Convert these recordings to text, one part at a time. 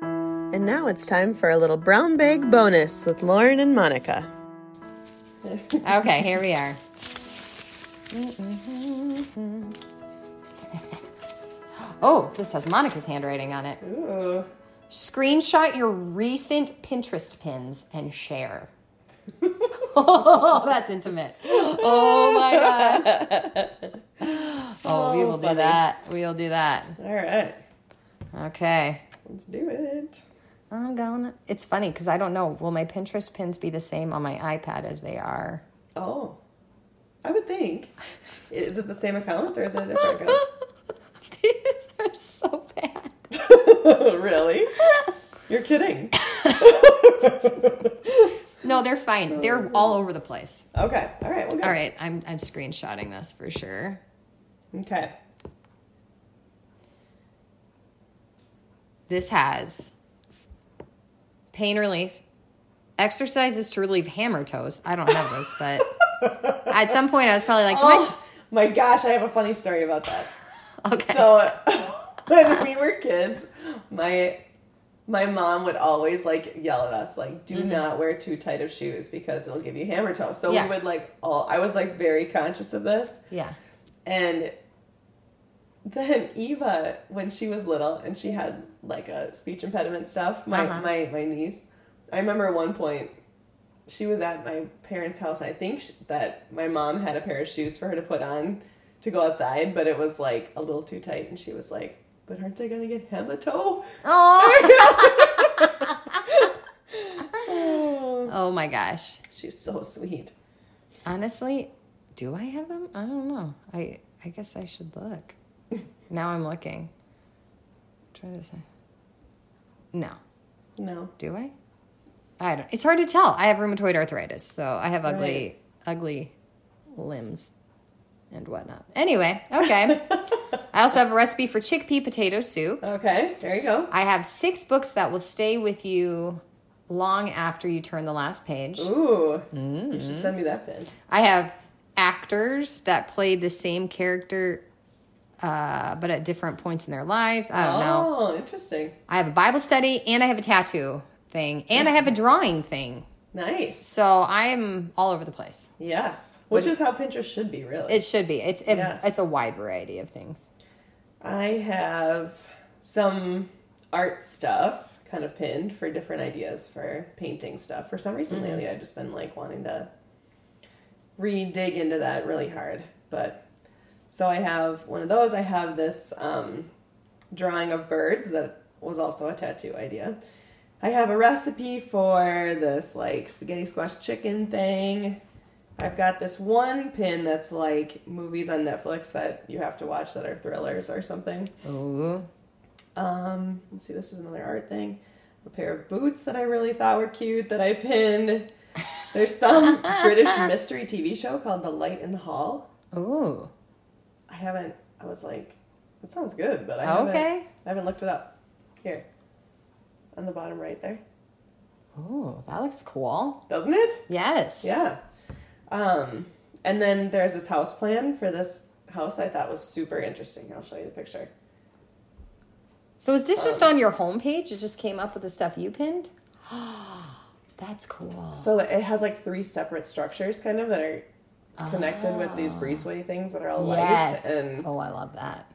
And now it's time for a little brown bag bonus with Lauren and Monica. Okay, here we are. oh, this has Monica's handwriting on it. Ooh. Screenshot your recent Pinterest pins and share. oh, that's intimate. Oh my gosh. Oh, we Oh, will do funny. that. We will do that. All right, Okay. let's do it. I'm going. It's funny because I don't know. Will my Pinterest pins be the same on my iPad as they are? Oh, I would think. Is it the same account or is it a different account? These are so bad. really? You're kidding. No, they're fine. They're all over the place. Okay. All right. Well, good. All right, I'm I'm screenshotting this for sure. Okay. This has pain relief, exercises to relieve hammer toes. I don't have those, but at some point I was probably like, do I- Oh my gosh, I have a funny story about that. okay, So when we were kids, my my mom would always like yell at us like do not wear too tight of shoes because it'll give you hammer toe. So Mm-hmm. Yeah. we would like all I was like very conscious of this yeah, and then Eva when she was little and she had like a speech impediment stuff, my Uh-huh. my my niece. I remember at one point she was at my parents' house. I think sh that my mom had a pair of shoes for her to put on to go outside, but it was like a little too tight, and she was like, "But aren't I gonna get hemato?" oh, oh my gosh. She's so sweet. Honestly, do I have them? I don't know. I I guess I should look. now I'm looking. Try this. No. No, Do I? I don't. It's hard to tell. I have rheumatoid arthritis, so I have ugly, Right. ugly limbs and whatnot. Anyway, okay. I also have a recipe for chickpea potato soup. okay, there you go. I have six books that will stay with you long after you turn the last page. Ooh, you Mm-hmm. should send me that pin. I have actors that played the same character, uh, but at different points in their lives. I don't know. Oh, interesting. I have a Bible study, and I have a tattoo thing, and I have a drawing thing. Nice. So I am all over the place. Yes, which is how Pinterest should be, really. It should be. It's it, Yes. it's a wide variety of things. I have some art stuff kind of pinned for different ideas for painting stuff. For some reason lately, I've just been like wanting to re-dig into that really hard. But so I have one of those. I have this um, drawing of birds that was also a tattoo idea. I have a recipe for this like spaghetti squash chicken thing. I've got this one pin that's like movies on Netflix that you have to watch that are thrillers or something. Ooh. Um, let's see, this is another art thing. A pair of boots that I really thought were cute that I pinned. There's some British mystery TV show called The Light in the Hall. Ooh. I haven't. I was like, that sounds good, but I haven't. Okay. I haven't looked it up. Here, on the bottom right there, Ooh, that looks cool. doesn't it? Yes. Yeah. Um, and then there's this house plan for this house I thought was super interesting. I'll show you the picture. So is this just on your homepage? It just came up with the stuff you pinned? That's cool. So it has like three separate structures, kind of that are connected with these breezeway things that are all Ah. Yes. light. And oh, I love that.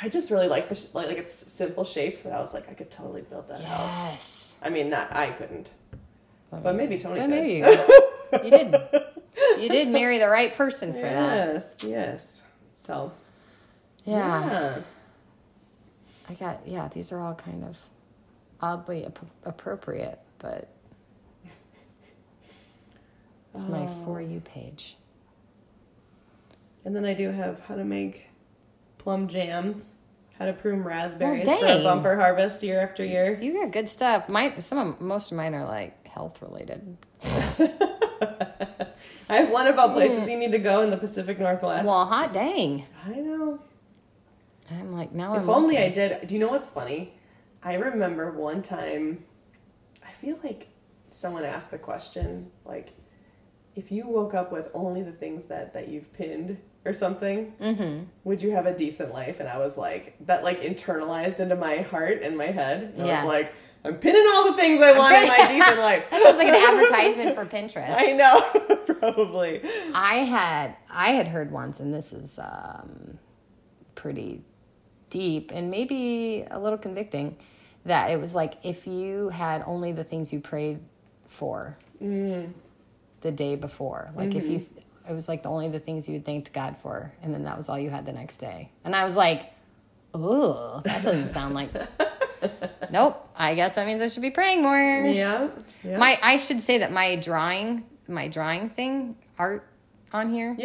I just really like the sh- like, like it's simple shapes, but I was like, I could totally build that house. Yes. I mean, not I couldn't, but maybe Tony But could. maybe you, you did. You did marry the right person for that. Yes, yes. So Yeah. I got yeah, these are all kind of oddly ap- appropriate, but it's my for you page. And then I do have how to make plum jam, how to prune raspberries Well, for a dang. bumper harvest year after year. You got good stuff. Mine, some of most of mine are like health related. I have one about places you need to go in the Pacific Northwest. Well, hot dang! I know. I'm like now If I'm only I did. Do you know what's funny? I remember one time, I feel like someone asked the question, like, if you woke up with only the things that, that you've pinned or something, Mm-hmm. would you have a decent life? And I was like, that like internalized into my heart and my head. And I Yes. was like, I'm pinning all the things I want in my decent life. That sounds like an advertisement for Pinterest. I know, probably. I had I had heard once, and this is um, pretty deep and maybe a little convicting, that it was like if you had only the things you prayed for the day before, like if you, th- it was like the only the things you thanked God for, and then that was all you had the next day. And I was like, oh, that doesn't sound like. Nope. I guess that means I should be praying more. Yeah. Yeah. My I should say that my drawing, my drawing thing, art on here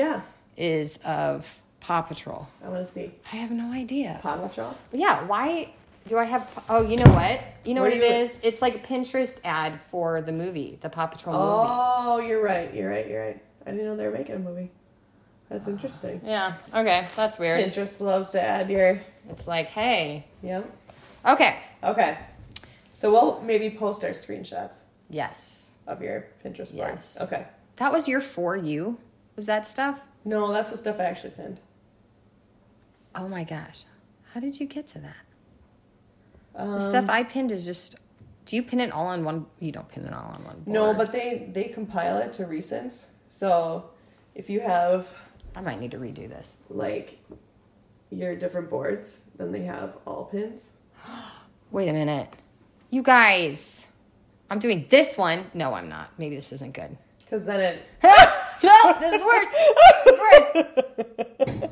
is yeah. of Paw Patrol. I want to see I have no idea. Paw Patrol. Yeah, why do I have Oh, you know what? You know What what, do it you- is? It's like a Pinterest ad for the movie, the Paw Patrol movie. Oh, you're right. You're right. You're right. I didn't know they were making a movie. That's interesting. Yeah. Okay, that's weird. Pinterest loves to add your. It's like, "Hey, Yep. okay. Okay. So we'll maybe post our screenshots Yes. of your Pinterest boards. Yes. Okay. That was your for you. Was that stuff? No, that's the stuff I actually pinned. Oh my gosh. How did you get to that? Um, The stuff I pinned is just do you pin it all on one? You don't pin it all on one. no, board. but they they compile it to recents. So if you have I might need to redo this. like your different boards, then they have all pins. Wait a minute. You guys, I'm doing this one. No, I'm not. Maybe this isn't good. Because then it no, this is worse. It's worse.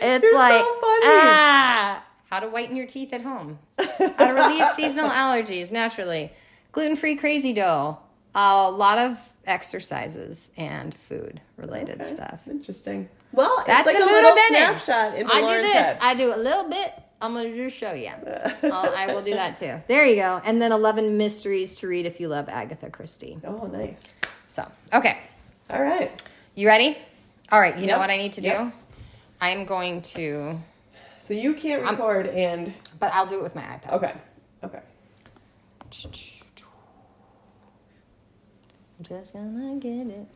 It's You're so like funny. ah, how to whiten your teeth at home, how to relieve seasonal allergies naturally, gluten-free crazy dough, a lot of exercises and food related Okay, stuff. Interesting. Well, it's That's like a a little minute. snapshot into I Lauren's do this. head. I do a little bit. I'm gonna just show you. I'll, I will do that too. There you go. And then 11 mysteries to read if you love Agatha Christie. Oh, nice. So okay, All right. you ready? All right. You know Yep. what I need to do? Yep. I'm going to, So you can't record and but I'll do it with my iPad. okay, okay. I'm just gonna get it.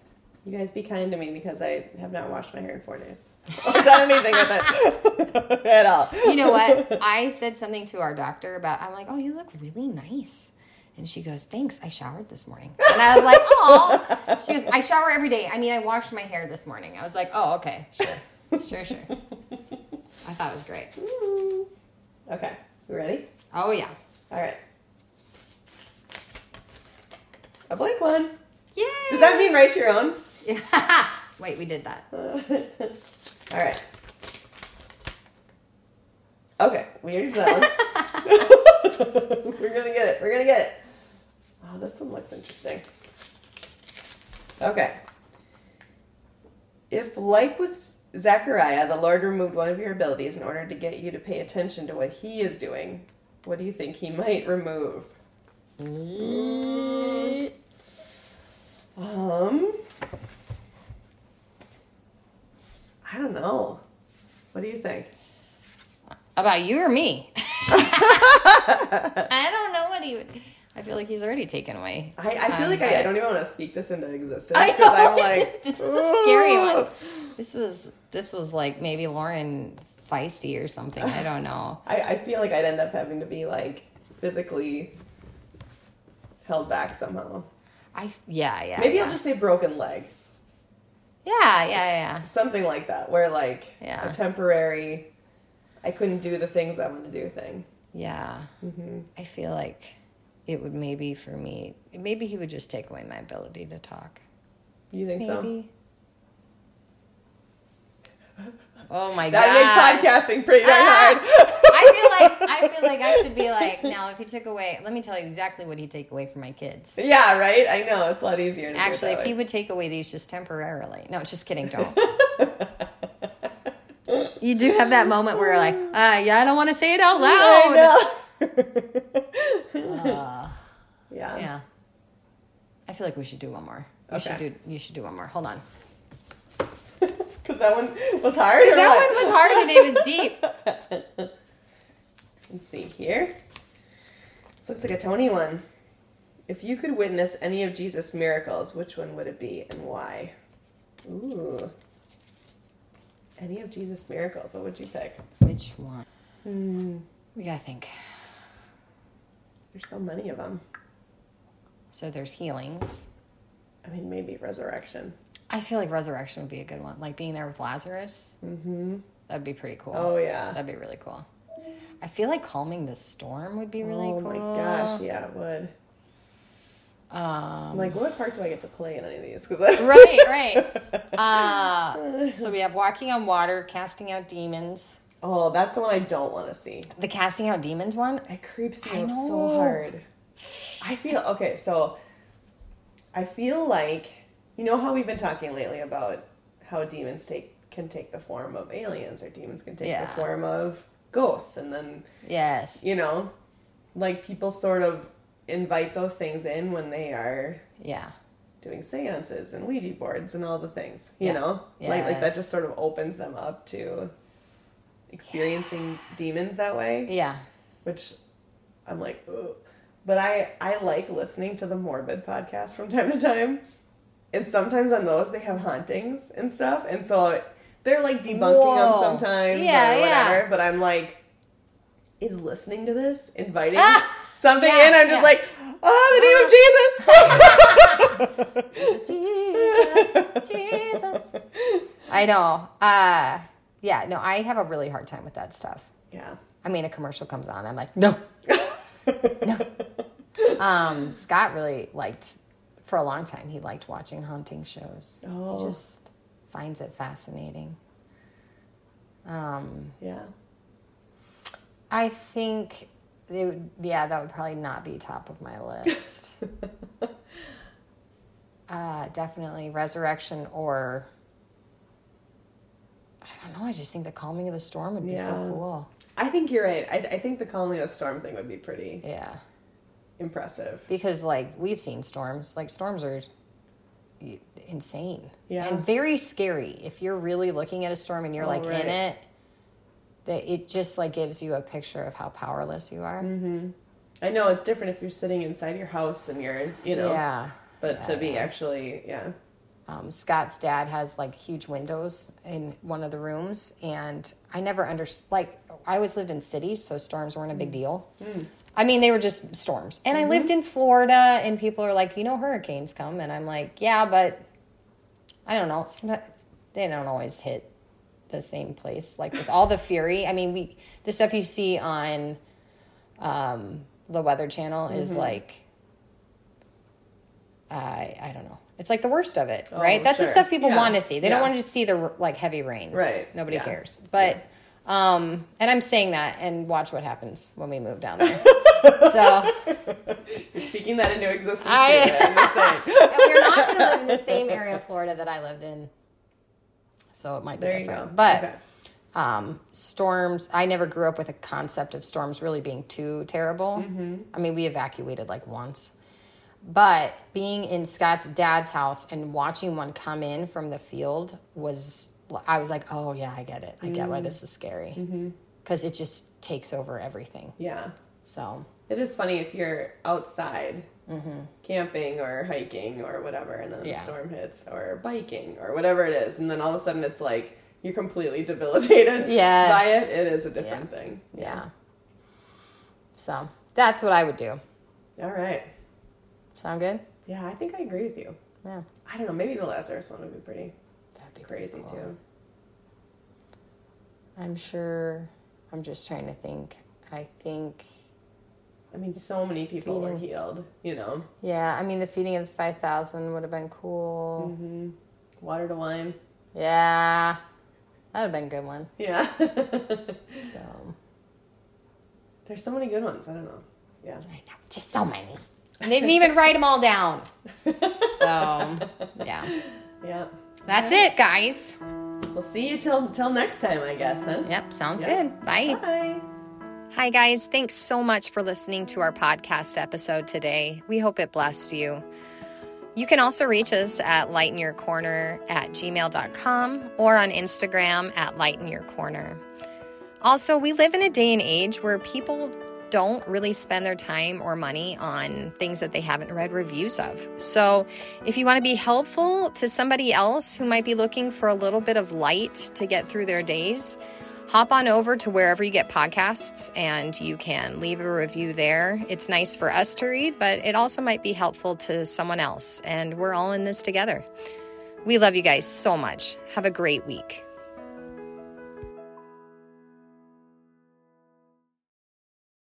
You guys be kind to me because I have not washed my hair in four days. Or done anything with it at all. You know what? I said something to our doctor about, I'm like, oh, you look really nice. And she goes, thanks, I showered this morning. And I was like, oh. She goes, I shower every day. I mean, I washed my hair this morning. I was like, oh, okay, sure, sure, sure. I thought it was great. Mm. Okay, you ready? Oh, yeah. All right. A blank one. Yay! Does that mean write your own? Wait, we did that. all right. Okay, we already did that one. We're gonna get it. We're gonna get it. Oh, this one looks interesting. Okay. If, like with Zechariah, the Lord removed one of your abilities in order to get you to pay attention to what he is doing, what do you think he might remove? Um, I don't know. What do you think? About you or me? I don't know what he would. I feel like he's already taken away. I, I feel Um, like but- I, I don't even want to speak this into existence I because know. I'm like, this is a scary one. "Ugh." This was this was like maybe Lauren feisty or something. I don't know. I, I feel like I'd end up having to be like physically held back somehow. I yeah yeah. Maybe yeah. I'll just say broken leg, yeah yeah yeah. something like that, where like Yeah. a temporary, I couldn't do the things I want to do thing. Yeah. Mm-hmm. I feel like it would maybe for me. Maybe he would just take away my ability to talk. You think so? Maybe. Oh my god. That made podcasting pretty darn Ah! hard. I feel like I feel like I should be like now. If he took away, let me tell you exactly what he'd take away from my kids. Yeah, right. I know it's a lot easier. To do it Actually, that if he way. would take away these just temporarily, no, just kidding. Don't. you do have that moment where you're like, uh, yeah, I don't want to say it out loud. I know. Uh, yeah. yeah. I feel like we should do one more. You should Okay. do. You should do one more. Hold on. Because that one was hard. or That what? one was hard and it was deep. Let's see here. This looks like a Tony one. If you could witness any of Jesus' miracles, which one would it be and why? Ooh. Any of Jesus' miracles, what would you pick? Which one? We gotta think. There's so many of them. So there's healings. I mean, maybe resurrection. I feel like resurrection would be a good one. Like being there with Lazarus. Mm-hmm. That'd be pretty cool. Oh yeah. That'd be really cool. I feel like calming the storm would be really oh cool. my gosh, yeah, it would. Um, I'm like, what part do I get to play in any of these? Because I right, right. Uh, so we have walking on water, casting out demons. oh, that's the one I don't want to see. The casting out demons one. It creeps me I out so know. hard. I feel okay, so I feel like you know how we've been talking lately about how demons take can take the form of aliens or demons can take Yeah. the form of ghosts and then Yes. you know like people sort of invite those things in when they are Yeah. doing seances and Ouija boards and all the things, you Yeah. know? Like like that Yes. just sort of opens them up to experiencing demons that way, Yeah. which I'm like, Ugh. but I I like listening to the morbid podcast from time to time. And sometimes on those they have hauntings and stuff, and so they're like debunking them Whoa. sometimes Yeah, or yeah. whatever, but I'm like is listening to this inviting Ah! something Yeah, in? I'm just yeah. like, Ah! oh, the name of Jesus. Jesus, Jesus. I know. Uh, yeah. No, I have a really hard time with that stuff. yeah. I mean, a commercial comes on, I'm like, no, no. Um, Scott really liked for a long time. He liked watching haunting shows. Oh. He just finds it fascinating. Um, Yeah. I think, it would, yeah, that would probably not be top of my list. uh, definitely resurrection or. I don't know. I just think the calming of the storm would be so Yeah. cool. I think you're right. I, I think the calming of the storm thing would be pretty Yeah. impressive. because like we've seen storms like storms are insane Yeah. and very scary if you're really looking at a storm and you're Oh, like right. in it that it just like gives you a picture of how powerless you are Mm-hmm. I know it's different if you're sitting inside your house and you're, you know, yeah but to be Uh, actually, yeah. um, scott's dad has like huge windows in one of the rooms and i never under like i always lived in cities so storms weren't a Mm. big deal I mean, they were just storms. And I lived Mm-hmm. in Florida, and people are like, you know, hurricanes come. And I'm like, yeah, but I don't know. It's not- They don't always hit the same place. Like with all the fury, I mean, we the stuff you see on um, the Weather Channel Mm-hmm. is like, I I don't know. It's like the worst of it, right? That's the Oh, sure. stuff people Yeah. want to see. They Yeah. don't want to just see the r- like heavy rain. Right. Nobody Yeah. cares. But um, and I'm saying that, and watch what happens when we move down there. so You're speaking that into existence. I- too, I'm just saying. and we're not going to live in the same area of Florida that I lived in. So it might be There you different. go. But Okay. um, storms, I never grew up with a concept of storms really being too terrible. I mean, we evacuated like once. But being in Scott's dad's house and watching one come in from the field was, I was like, oh yeah, I get it. I get why this is scary. Because it just takes over everything. yeah. So, It is funny if you're outside camping or hiking or whatever, and then the Mm-hmm. Yeah. storm hits, or biking or whatever it is, and then all of a sudden it's like you're completely debilitated Yes. by it. It is a different thing. yeah. So that's what I would do. All right. Sound good? Yeah, I think I agree with you. Yeah. I don't know. Maybe the Lazarus one would be pretty That'd be crazy pretty cool. too. I'm sure. I'm just trying to think. I think. I mean, so many people were Feeding. healed. You know, Yeah, I mean, the feeding of the 5,000 would have been cool. water to wine. Yeah. That would have been a good one. Yeah, So, there's so many good ones. I don't know. Yeah, I know, just so many. And they didn't even write them all down. So, yeah. yeah. That's it, guys. We'll see you till till next time, I guess. Huh? Yep, sounds Yeah. good. Bye. Bye. Hi, guys. Thanks so much for listening to our podcast episode today. We hope it blessed you. You can also reach us at lightenyourcorner at gmail.com or on Instagram at lightenyourcorner. Also, we live in a day and age where people don't really spend their time or money on things that they haven't read reviews of. So, if you want to be helpful to somebody else who might be looking for a little bit of light to get through their days, hop on over to wherever you get podcasts and you can leave a review there. It's nice for us to read, but it also might be helpful to someone else. And we're all in this together. We love you guys so much. Have a great week.